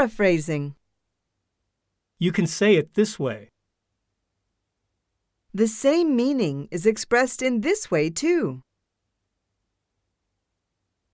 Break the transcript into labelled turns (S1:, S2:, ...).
S1: Paraphrasing.
S2: You can say it this way
S1: The same meaning is expressed in this way, too.